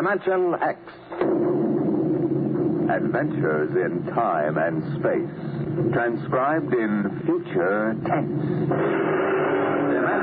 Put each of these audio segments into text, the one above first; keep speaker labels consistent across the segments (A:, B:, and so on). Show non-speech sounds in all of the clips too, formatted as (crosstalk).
A: Dimension X. Adventures in time and space. Transcribed in future tense. Dimension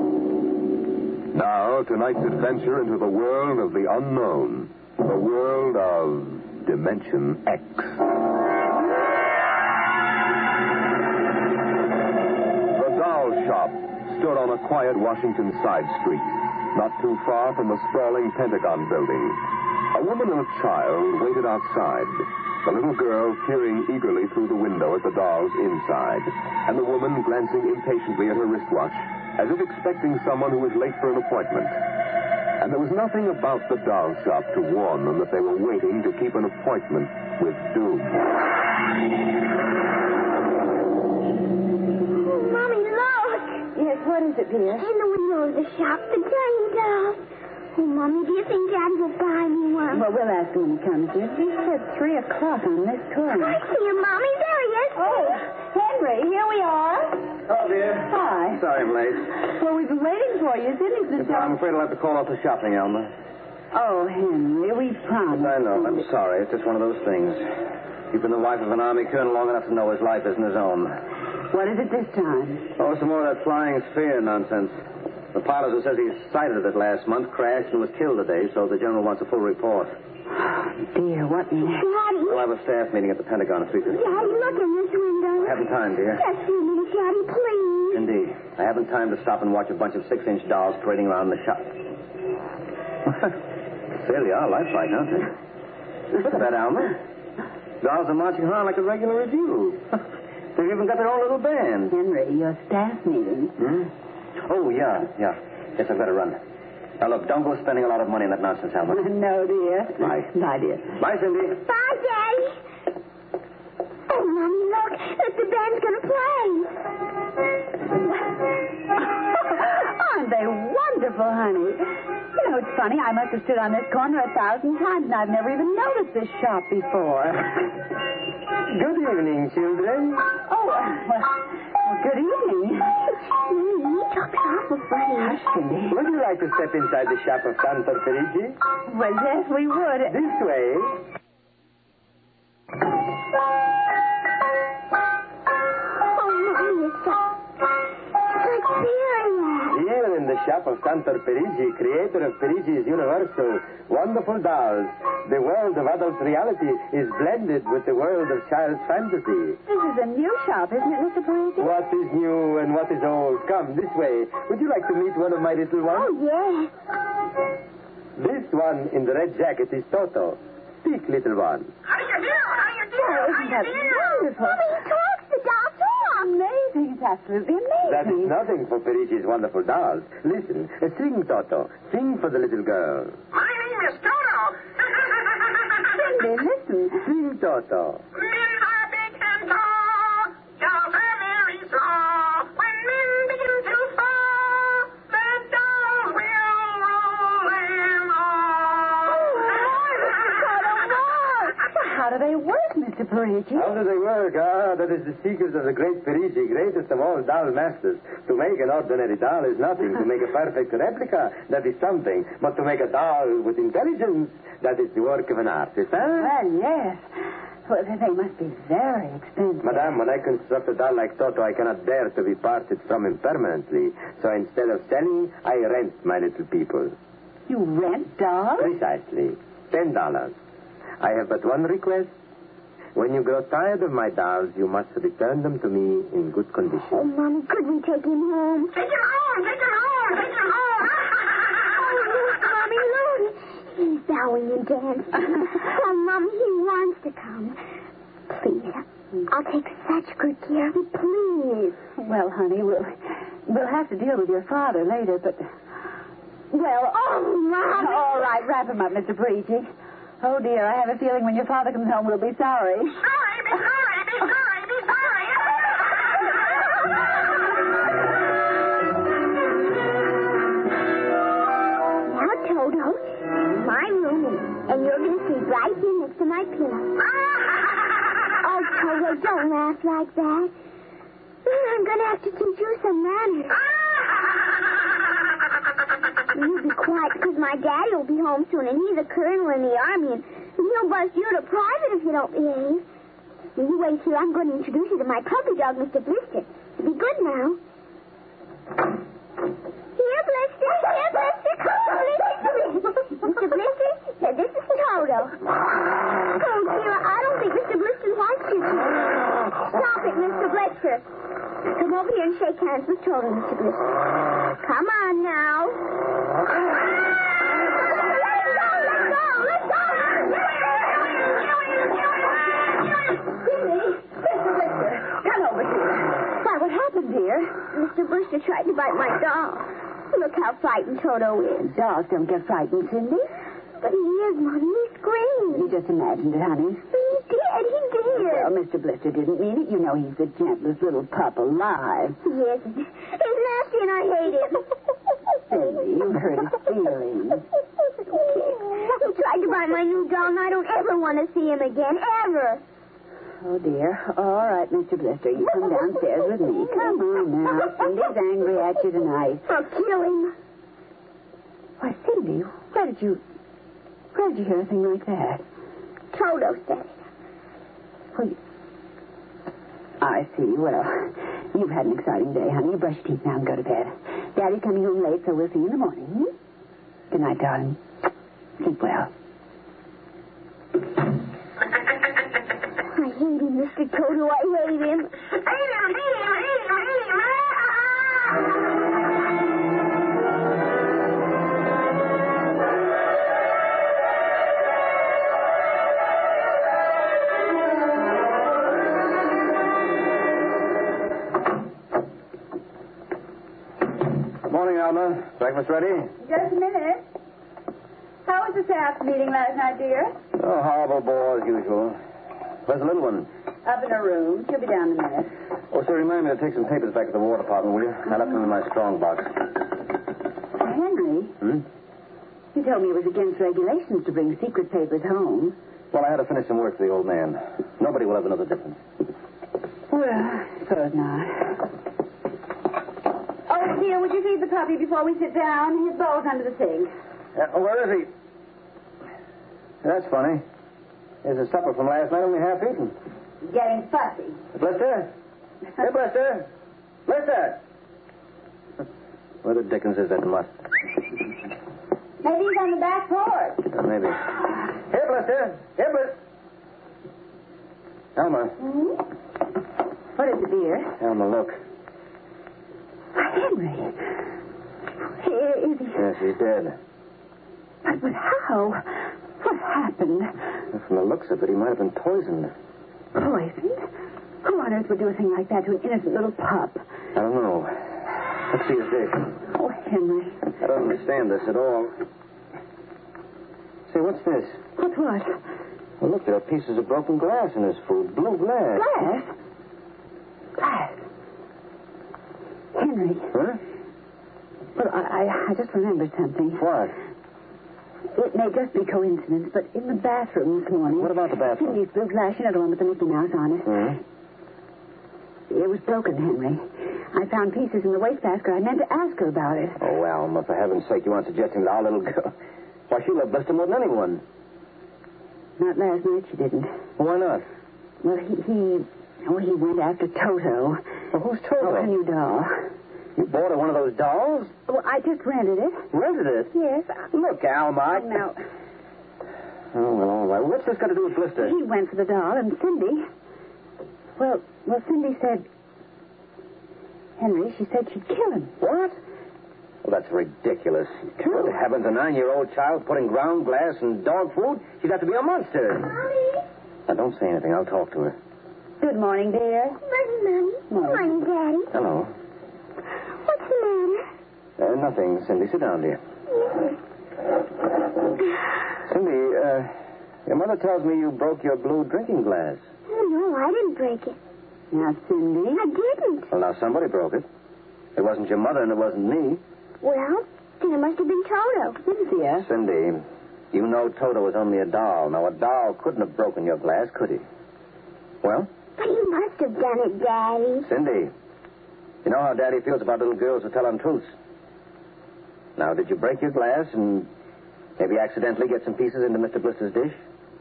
A: X. Now, tonight's adventure into the world of the unknown. The world of Dimension X. The doll shop stood on a quiet Washington side street, not too far from the sprawling Pentagon building. A woman and a child waited outside, the little girl peering eagerly through the window at the dolls inside, and the woman glancing impatiently at her wristwatch as if expecting someone who was late for an appointment. And there was nothing about the doll shop to warn them that they were waiting to keep an appointment with doom.
B: Mommy, look!
C: Yes, what is it, dear?
B: In the window of the shop, the tiny dolls. Oh, Mommy, do you think Dad will buy me one?
C: Well, we'll ask him when he comes, dear. He said 3 o'clock on this
B: I
C: corner.
B: see him, Mommy. There he is.
C: Oh, Henry, here we are.
D: Oh, dear.
C: Hi.
D: Sorry I'm late.
C: Well, we've been waiting for you since the
D: I'm afraid I'll have to call off the shopping, Alma.
C: Oh, Henry, we promised.
D: I know. I'm sorry. It's just one of those things. You've been the wife of an army colonel long enough to know his life isn't his own.
C: What is it this time?
D: Oh, some more of that flying sphere nonsense. The pilot who says he sighted it last month crashed and was killed today, so the general wants a full report.
C: Dear, what next?
B: Daddy,
D: We'll have a staff meeting at the Pentagon at 3.15.
B: Daddy, look in this window.
D: I haven't time, dear.
B: Just a few minutes, Daddy, please.
D: Indeed. I haven't time to stop and watch a bunch of six-inch dolls parading around the (laughs) shop. Certainly are lifelike, aren't they? Look at that, Alma. Dolls are marching around like a regular review. (laughs) They've even got their own little band.
C: Henry, your staff meeting.
D: Hmm? Oh, yeah, yeah. Yes, I've got to run. Now, look, don't go spending a lot of money on that nonsense, Alma.
C: no, dear.
D: Bye.
C: Bye, dear.
D: (laughs)
C: (laughs)
D: Bye, Cindy.
B: Bye, Daddy. Oh, Mommy, look. Look, the band's going to play. (laughs)
C: Aren't they wonderful, honey? You know, it's funny. I must have stood on this corner a thousand times, and I've never even noticed this shop before.
D: Good evening, children.
C: Oh, uh, well, well, good evening.
B: Mommy, you talk awful funny.
C: Hush, Cindy.
D: Would you like to step inside the shop of Santa Teresa?
C: Well, yes, we would.
D: This way.
B: Oh, Mommy, it's like, it's like fairyland.
D: Here in the shop of Cantor Parigi, creator of Parigi's Universal, wonderful dolls, the world of adult reality is blended with the world of child's fantasy.
C: This is a new shop, isn't it, Mr. Parisi?
D: What is new and what is old? Come this way. Would you like to meet one of my little
B: Oh,
D: ones?
B: yes.
D: This one in the red jacket is Toto. Speak, little one.
B: How do you do? How do you do?
C: Oh, isn't that wonderful?
B: Mommy, he talks the doll talk.
C: Amazing. It's absolutely amazing.
D: That is nothing for Parigi's wonderful dolls. Listen, sing, Toto. Sing for the little girl.
E: My name is Toto. (laughs)
C: Cindy, listen.
D: Sing, Toto.
E: men are big and tall. Dolls are very small. When men begin to fall, the dolls will roll them all.
B: Oh,
C: Well, how do they work, Mr. Parisi?
D: How do they work? Ah, that is the secret of the great Parigi, greatest of all doll masters. To make an ordinary doll is nothing. To make a perfect replica, that is something. But to make a doll with intelligence, that is the work of an artist, eh?
C: Well, yes. Well, then they must be very expensive.
D: Madame, when I construct a doll like Toto, I cannot bear to be parted from him permanently. So instead of selling, I rent my little people.
C: You rent dolls?
D: Precisely. Ten dollars. I have but one request. When you grow tired of my dolls, you must return them to me in good condition.
B: Oh, Mommy, could we take him home?
E: (laughs) Take him home. Take him home. Take him home.
B: Oh, look, Mommy, look. He's bowing and dancing. oh, Mommy, he wants to come. Please. I'll take such good care of it, please.
C: Well, honey, we'll, we'll have to deal with your father later, but... Well,
B: Oh, Mommy.
C: all right, wrap him up, Mr. Parisi. Oh, dear, I have a feeling when your father comes home, we'll be sorry.
E: Sorry. Be sorry. Be sorry. Be sorry.
B: Now, Toto, my room is, and you're going to sleep right here next to my pillow. Oh, Toto, don't laugh. laugh like that. (laughs) I'm going to have to teach you some manners. You be quiet, because my daddy will be home soon, and he's a colonel in the army, and he'll bust you to private if you don't behave. You wait till I'm going to introduce you to my puppy dog, Mr. Blister. Be good now. Here, Blister. Here, Blister. Come here, Blister. Mr. Blister, uh, this is Toto. Oh, dear, I don't think Mr. Blister wants you to. Stop it, Mr. Blister. Come over here and shake hands with Toto, Mr. Blister. Come on now. Let go! Let go! Let go!
C: Mr. Blister, come over here. Why, what happened here?
B: Mr. Blister tried to bite my doll. Look how frightened Toto is.
C: Dogs don't get frightened, Cindy.
B: But he is, Mommy. He
C: You
B: screamed.
C: just imagined it, honey.
B: He did. He did.
C: Well, Mr. Blister didn't mean it. You know he's the gentlest little pup alive.
B: He is. He's nasty and I hate him.
C: Cindy, you hurt his feelings.
B: He tried to buy my new doll, and I don't ever want to see him again, ever.
C: Oh, dear. All right, Mr. Blister, you come downstairs with me. Come on now. Cindy's angry at you tonight.
B: I'll kill him.
C: Why, Cindy, where did you... Where did you hear a thing like that?
B: Toto said it.
C: Well, you... I see. Well, you've had an exciting day, honey. You brush your teeth now and go to bed. Daddy's coming home late, so we'll see you in the morning. Hmm? Good night, darling. Sleep well.
B: I hate him, Mr. Toto. I hate him.
D: Morning, Alma. Breakfast ready?
C: Just a minute. How was the staff meeting last night, dear?
D: Oh, horrible bore as usual. Where's the little one?
C: Up in her room. She'll be down in a minute.
D: Oh, sir, remind me to take some papers back to the War Department, will you? I left them in my strong box.
C: Henry,
D: Hmm?
C: you told me it was against regulations to bring secret papers home.
D: Well, I had to finish some work for the old man. Nobody will ever know the difference.
C: Well, suppose not. Oh, dear, would you feed the puppy before we sit down? His bowl's under the sink.
D: Uh, where is he? That's funny. There's a supper from last night only half eaten.
C: He's getting fussy.
D: Blister? Hey, Blister? Blister! Where the dickens is that mutt?
C: Maybe he's on the back porch.
D: Uh, maybe. Here, Blister! Here, Blister! Elma.
C: What is it, dear?
D: Elma, look.
C: Henry. Here is he.
D: Yes, he's dead.
C: But, but how? What happened?
D: From the looks of it, he might have been poisoned.
C: Poisoned? Who on earth would do a thing like that to an innocent little pup?
D: I don't know. Let's see his dish.
C: Oh, Henry.
D: I don't understand this at all. Say, what's this?
C: What what?
D: Well, look, there are pieces of broken glass in his food. Blue glass.
C: Glass? Glass. Ah. Henry.
D: Huh?
C: Well, I, I, I just remembered something.
D: What?
C: It may just be coincidence, but in the bathroom this morning.
D: What about the bathroom?
C: Cindy's blue glass, you know the one with the Mickey Mouse on it.
D: Hmm?
C: It was broken, Henry. I found pieces in the wastebasket. I meant to ask her about it.
D: Oh, Alma, for heaven's sake, you aren't suggesting that our little girl. (laughs) Why, she loved Buster more than anyone.
C: Not last night, she didn't.
D: Well, why not?
C: Well, he, he, oh, he went after Toto.
D: Well, who's Toto?
C: Oh, her new doll.
D: You bought her one of those dolls?
C: Well, I just rented it.
D: Rented it?
C: Yes.
D: Look, Alma. I... (laughs)
C: Now,
D: Oh, well, all right. What's this got to do with Blister?
C: he went for the doll, and Cindy. Well, well, Cindy said. Henry, she said she'd kill him.
D: What? Well, that's ridiculous.
C: True.
D: Good heavens, a nine-year-old child putting ground glass and dog food? She's got to be a monster.
B: Mommy.
D: Now, don't say anything. I'll talk to her.
C: Good morning, dear.
B: Morning, Mommy. Morning, Daddy.
D: Hello.
B: What's the matter?
D: Uh, nothing, Cindy. Sit down, dear. Cindy, uh, your mother tells me you broke your blue drinking glass.
B: Oh, no, I didn't break it.
C: Now, Cindy.
B: I didn't.
D: Well, now somebody broke it. It wasn't your mother and it wasn't me.
B: Well, then it must have been Toto.
C: Cynthia.
D: Cindy, you know Toto was only a doll. Now, a doll couldn't have broken your glass, could he? Well?
B: But he Oh, must have done it, Daddy.
D: Cindy, you know how Daddy feels about little girls who tell untruths. Now, did you break your glass and maybe accidentally get some pieces into Mr. Blister's dish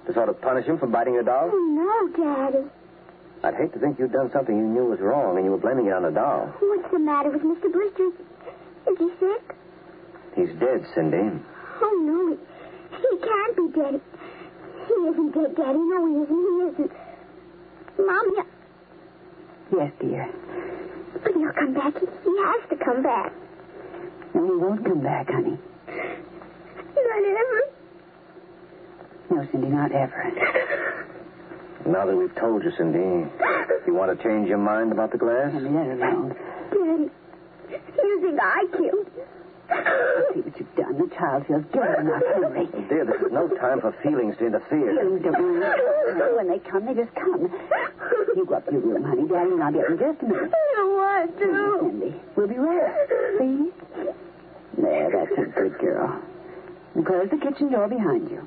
D: to sort of punish him for biting your doll?
B: Oh, no, Daddy.
D: I'd hate to think you'd done something you knew was wrong and you were blaming it on the doll.
B: What's the matter with Mr. Blister? Is he sick?
D: He's dead, Cindy.
B: Oh, no, he, he can't be dead. He isn't dead, Daddy. No, he isn't. He isn't. Mommy,
C: Yes, dear.
B: but he'll come back. He, he has to come back.
C: No, he won't come back, honey.
B: Not ever.
C: No, Cindy, not ever.
D: Now that we've told you, Cindy, you want to change your mind about the glass?
C: Henry, let it alone.
B: Daddy, you think I killed him?
C: See what you've done. The child feels guilty enough, Henry.
D: Oh, dear, this is no time for feelings to interfere.
C: Feelings don't mean anything. When they come, they just come. You go up to your room, honey. Daddy and I'll get in just a minute.
B: I don't want
C: Please, Cindy. We'll be right. Please. There, that's a good girl. And close the kitchen door behind you.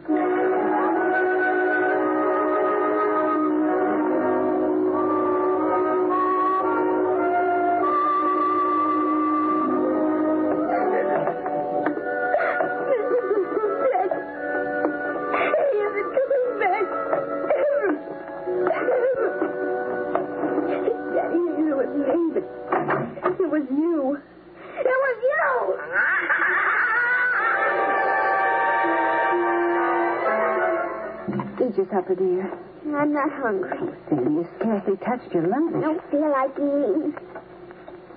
C: Eat your supper, dear.
B: I'm not hungry.
C: Cindy, you scarcely touched your lunch.
B: I don't feel like eating.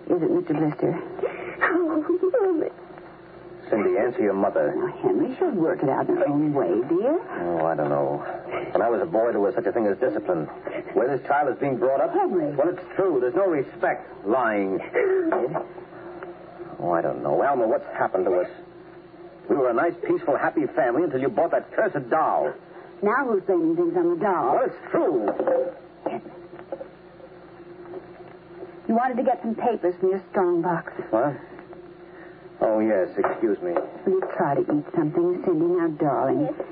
C: Is it Mr. Blister?
B: Oh, Mommy.
D: Cindy, answer your mother.
C: Now, Henry, she'll work it out in her own way, dear.
D: Oh, I don't know. When I was a boy, there was such a thing as discipline. Where this child is being brought up,
C: Henry.
D: well, it's true. There's no respect. Lying. Oh, I don't know. Alma, what's happened to us? We were a nice, peaceful, happy family until you bought that cursed doll.
C: Now who's blaming things on the doll?
D: Well, it's true.
C: You wanted to get some papers from your strong box.
D: What? Oh, yes, excuse me.
C: Will you try to eat something, Cindy? Now, darling.
B: Yes,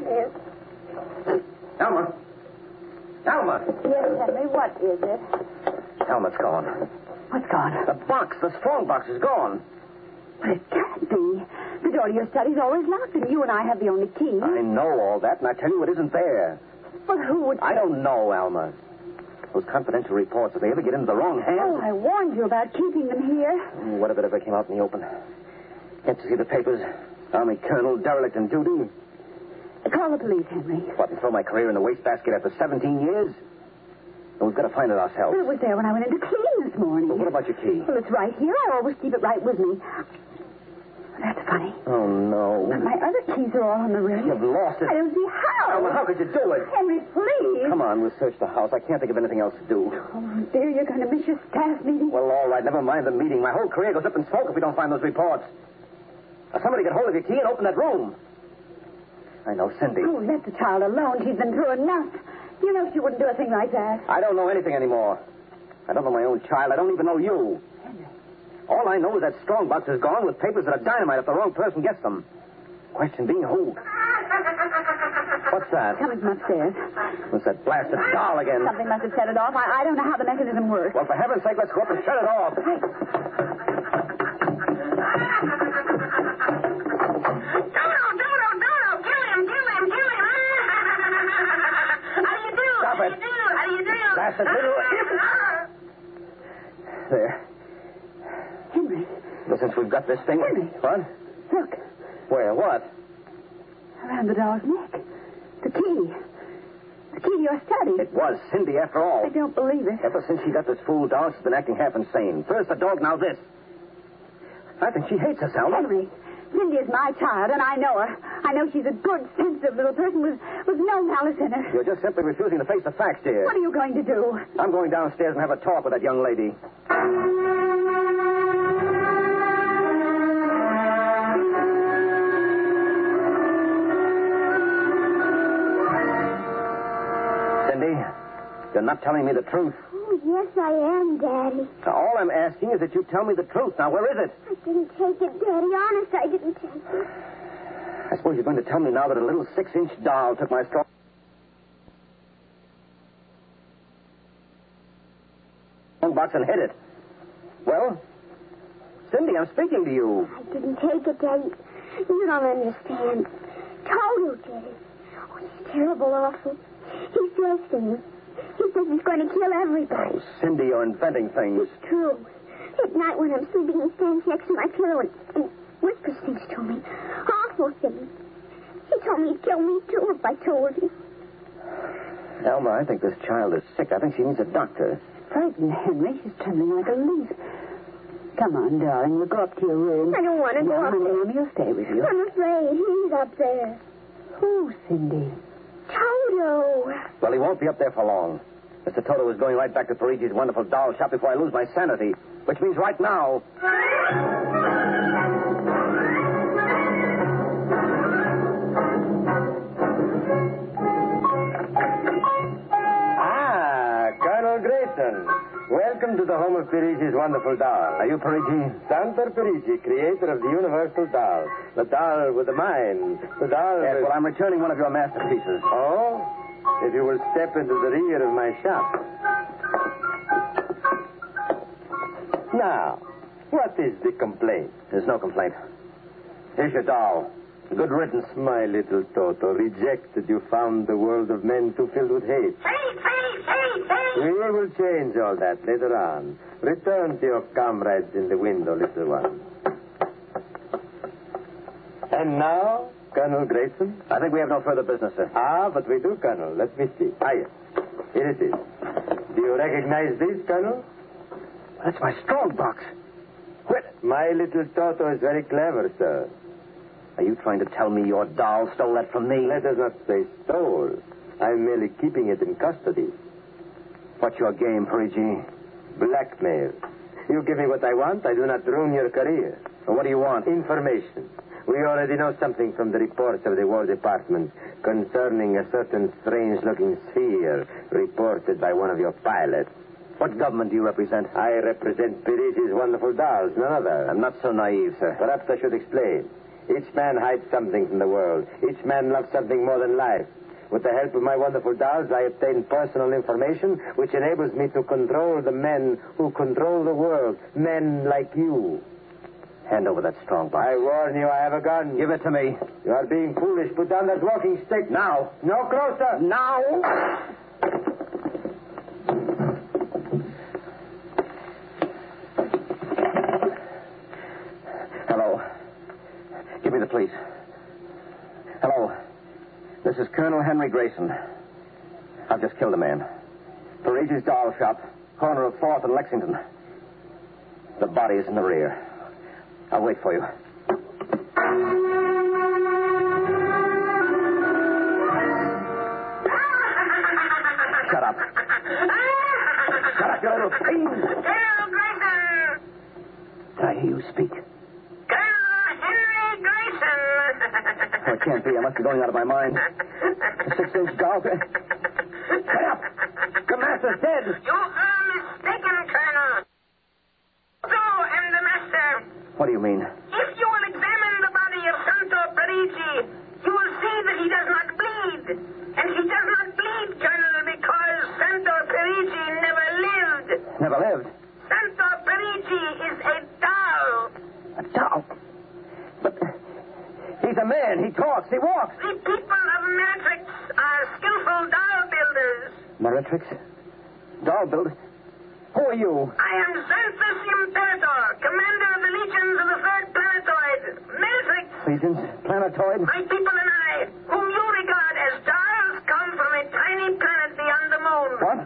B: miss.
D: Alma! Alma!
B: Yes, Henry, what is it?
D: Alma's gone.
C: What's gone?
D: The box, the strong box is gone.
C: But it can't be. The door to your study's always locked, and you and I have the only key.
D: I know all that, and I tell you it isn't there.
C: But who would...
D: I don't know, Alma. Those confidential reports, if they ever get into the wrong
C: Well,
D: hands.
C: I warned you about keeping them here.
B: Oh.
D: Mm, What if it ever came out in the open? Get to see the papers. Army colonel, derelict in duty.
C: Call the police, Henry.
D: What, and throw my career in the wastebasket after 17 years? Well, we've got to find it ourselves.
C: But it was there when I went in to clean this morning.
D: But what about your key?
C: Well, it's right here. I always keep it right with me. That's funny.
D: Oh,
C: But
D: no.
C: my other keys are all on the ring.
D: You've lost it.
C: I don't see how.
D: Alma, how could you do it?
C: Henry, please.
D: Come on, we'll search the house. I can't think of anything else to do.
C: Oh, dear, you're going to miss your staff meeting.
D: Well, all right. Never mind the meeting. My whole career goes up in smoke if we don't find those reports. Now, somebody get hold of your key and open that room. I know Cindy.
C: Oh, let the child alone. She's been through enough. You know she wouldn't do a thing like that.
D: I don't know anything anymore. I don't know my own child. I don't even know you. All I know is that strong box is gone with papers that are dynamite if the wrong person gets them. Question being who? What's that?
C: Coming from upstairs.
D: It's that blasted doll again.
C: Something must have set it off. I, I don't know how the mechanism works.
D: Well, for heaven's sake, let's go up and shut it off.
E: Dodo, Dodo, Dodo, kill him, kill him, kill him. How do you do?
D: Stop
E: How do
D: it.
E: you do? How do you do?
D: That's a little- There.
C: Henry,
D: Well, since we've got this thing.
C: Henry.
D: What?
C: look.
D: Where? What?
C: Around the doll's neck. The key. The key to your study.
D: It was Cindy after all.
C: I don't believe it.
D: Ever since she got this fool doll, she's been acting half insane. First the dog, now this. I think she hates us, Alma.
C: Henry, Cindy is my child, and I know her. I know she's a good, sensitive little person with, with no malice in her.
D: You're just simply refusing to face the facts, dear.
C: What are you going to do?
D: I'm going downstairs and have a talk with that young lady. Cindy, you're not telling me the truth.
B: Oh, yes, I am, Daddy.
D: Now, all I'm asking is that you tell me the truth. Now, where is it?
B: I didn't take it, Daddy. Honest, I didn't take it.
D: I suppose you're going to tell me now that a little six-inch doll took my straw. box and hid it. Well? Cindy, I'm speaking to you.
B: I didn't take it, Daddy. You don't understand. Told you, Daddy. Oh, it's terrible, awful. He's dressing me. He says he's going to kill everybody.
D: Oh, Cindy, you're inventing things.
B: It's true. At night when I'm sleeping, he stands next to my pillow and, and whispers things to me. Awful things. He told me he'd kill me, too, if I told him.
D: Elma, I think this child is sick. I think she needs a doctor.
C: Frightened, Henry. She's trembling like a leaf. Come on, darling. We'll go up to your room.
B: I don't want to go
C: no,
B: up
C: honey,
B: there.
C: Amy will stay with you.
B: I'm afraid he's up there.
C: Who, Cindy?
B: Toto!
D: Well, he won't be up there for long. Mr. Toto is going right back to Parigi's wonderful doll shop before I lose my sanity, which means right now. Ah, Colonel Grayson. Welcome to the home of Parigi's wonderful doll. Are you Parigi? Santor Parigi, creator of the universal doll. The doll with the mind. The doll
A: Yes,
D: with...
A: well, I'm returning one of your masterpieces.
D: Oh? If you will step into the rear of my shop. Now, what is the complaint?
A: There's no complaint.
D: Here's your doll. Good riddance. My little Toto, rejected, you found the world of men too filled with hate.
E: Say, say, say, say.
D: We will change all that later on. Return to your comrades in the window, little one. And now, Colonel Grayson?
A: I think we have no further business, sir.
D: Ah, but we do, Colonel. Let me see. Ah, yes. Here it is. Do you recognize this, Colonel?
A: That's my strong box.
D: Well, my little Toto is very clever, sir.
A: Are you trying to tell me your doll stole that from me?
D: Let us not say stole. I'm merely keeping it in custody.
A: What's your game, Parigi?
D: Blackmail. You give me what I want, I do not ruin your career.
A: Well, what do you want?
D: Information. We already know something from the reports of the War Department concerning a certain strange looking sphere reported by one of your pilots.
A: What government do you represent?
D: I represent Pirigi's wonderful dolls, none other.
A: I'm not so naive, sir.
D: Perhaps I should explain. Each man hides something from the world. Each man loves something more than life. With the help of my wonderful dolls, I obtain personal information which enables me to control the men who control the world. Men like you.
A: Hand over that strong box.
D: I warn you, I have a gun.
A: Give it to me.
D: You are being foolish. Put down that walking stick.
A: Now.
D: No closer.
A: Now. Hello. Give me the police. Hello. This is Colonel Henry Grayson. I've just killed a man. Parigi's doll shop, corner of 4th and Lexington. The body is in the rear. I'll wait for you. Shut up. Shut up, you little fiend.
E: Colonel Grayson.
A: Did I hear you speak?
E: Colonel Henry Grayson.
A: Oh, it can't be. I must be going out of my mind. A six-inch doll. Shut up. The master's dead.
E: You are mistaken, Colonel. So am the master.
A: What do you mean?
E: If you will examine the body of Santo Parigi, you will see that he does not bleed. And he does not bleed, Colonel, because Santo Parigi never lived.
A: Never lived.
E: Santo Parigi is a doll.
A: A doll. But he's a man. He talks. He walks.
E: The people of Matrix are skillful doll builders.
A: Meretrix. Doll builder. Who are you?
E: I am Xanthus Imperator, commander of the legions of the third planetoid, Matrix.
A: Legions? Planetoid?
E: My people and I, whom you regard as dolls, come from a tiny planet beyond the moon.
A: What?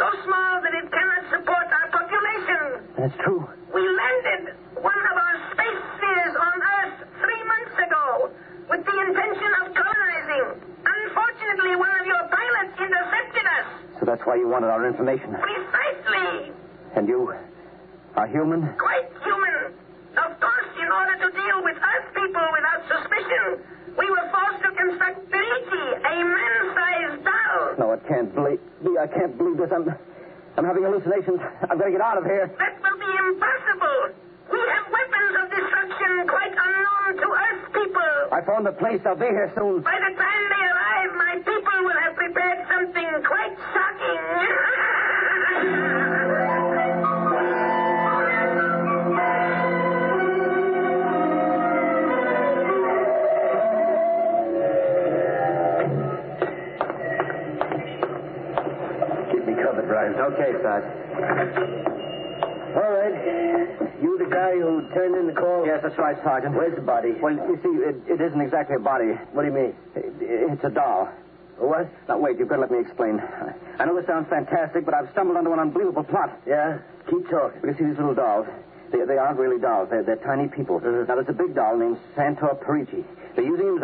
E: So small that it cannot support our population.
A: That's true.
E: We landed one of our space spheres on Earth three months ago with the intention of colonizing. Unfortunately, one of your pilots intercepted us.
A: So that's why you wanted our information.
E: Precisely.
A: And you are human?
E: Quite human. Of course, in order to deal with Earth people without suspicion, we were forced to construct Perici, a man-sized doll.
A: No, it can't believe. I can't believe this. I'm, I'm having hallucinations. I've got to get out of here.
E: That will be impossible. We have weapons of destruction quite unknown to Earth people.
A: I phoned the police. I'll be here soon.
E: By the time they arrive, my people will (laughs) have prepared something quite shocking.
A: fine.
D: Okay, Sarge. All right. You the guy who turned in the call? Yes, that's right, Sergeant. Where's the body? Well, you see, it, it isn't exactly a body. What do you mean? it's a doll. What? Now, wait, you've got to let me explain. I- I know this sounds fantastic, but I've stumbled onto an unbelievable plot. Yeah? Keep talking. You see these little dolls? They, they aren't really dolls. They're, they're tiny people. Now, there's a big doll named Santor Parigi. They're using him as a